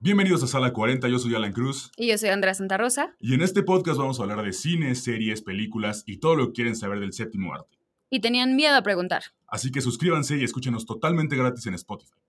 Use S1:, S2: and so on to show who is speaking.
S1: Bienvenidos a Sala 40, yo soy Alan Cruz
S2: Y yo soy Andrea Santa Rosa.
S1: y en este podcast vamos a hablar de cine, series, películas y todo lo que quieren saber del séptimo arte.
S2: Y tenían miedo a preguntar.
S1: Así que suscríbanse y escúchenos totalmente gratis en Spotify.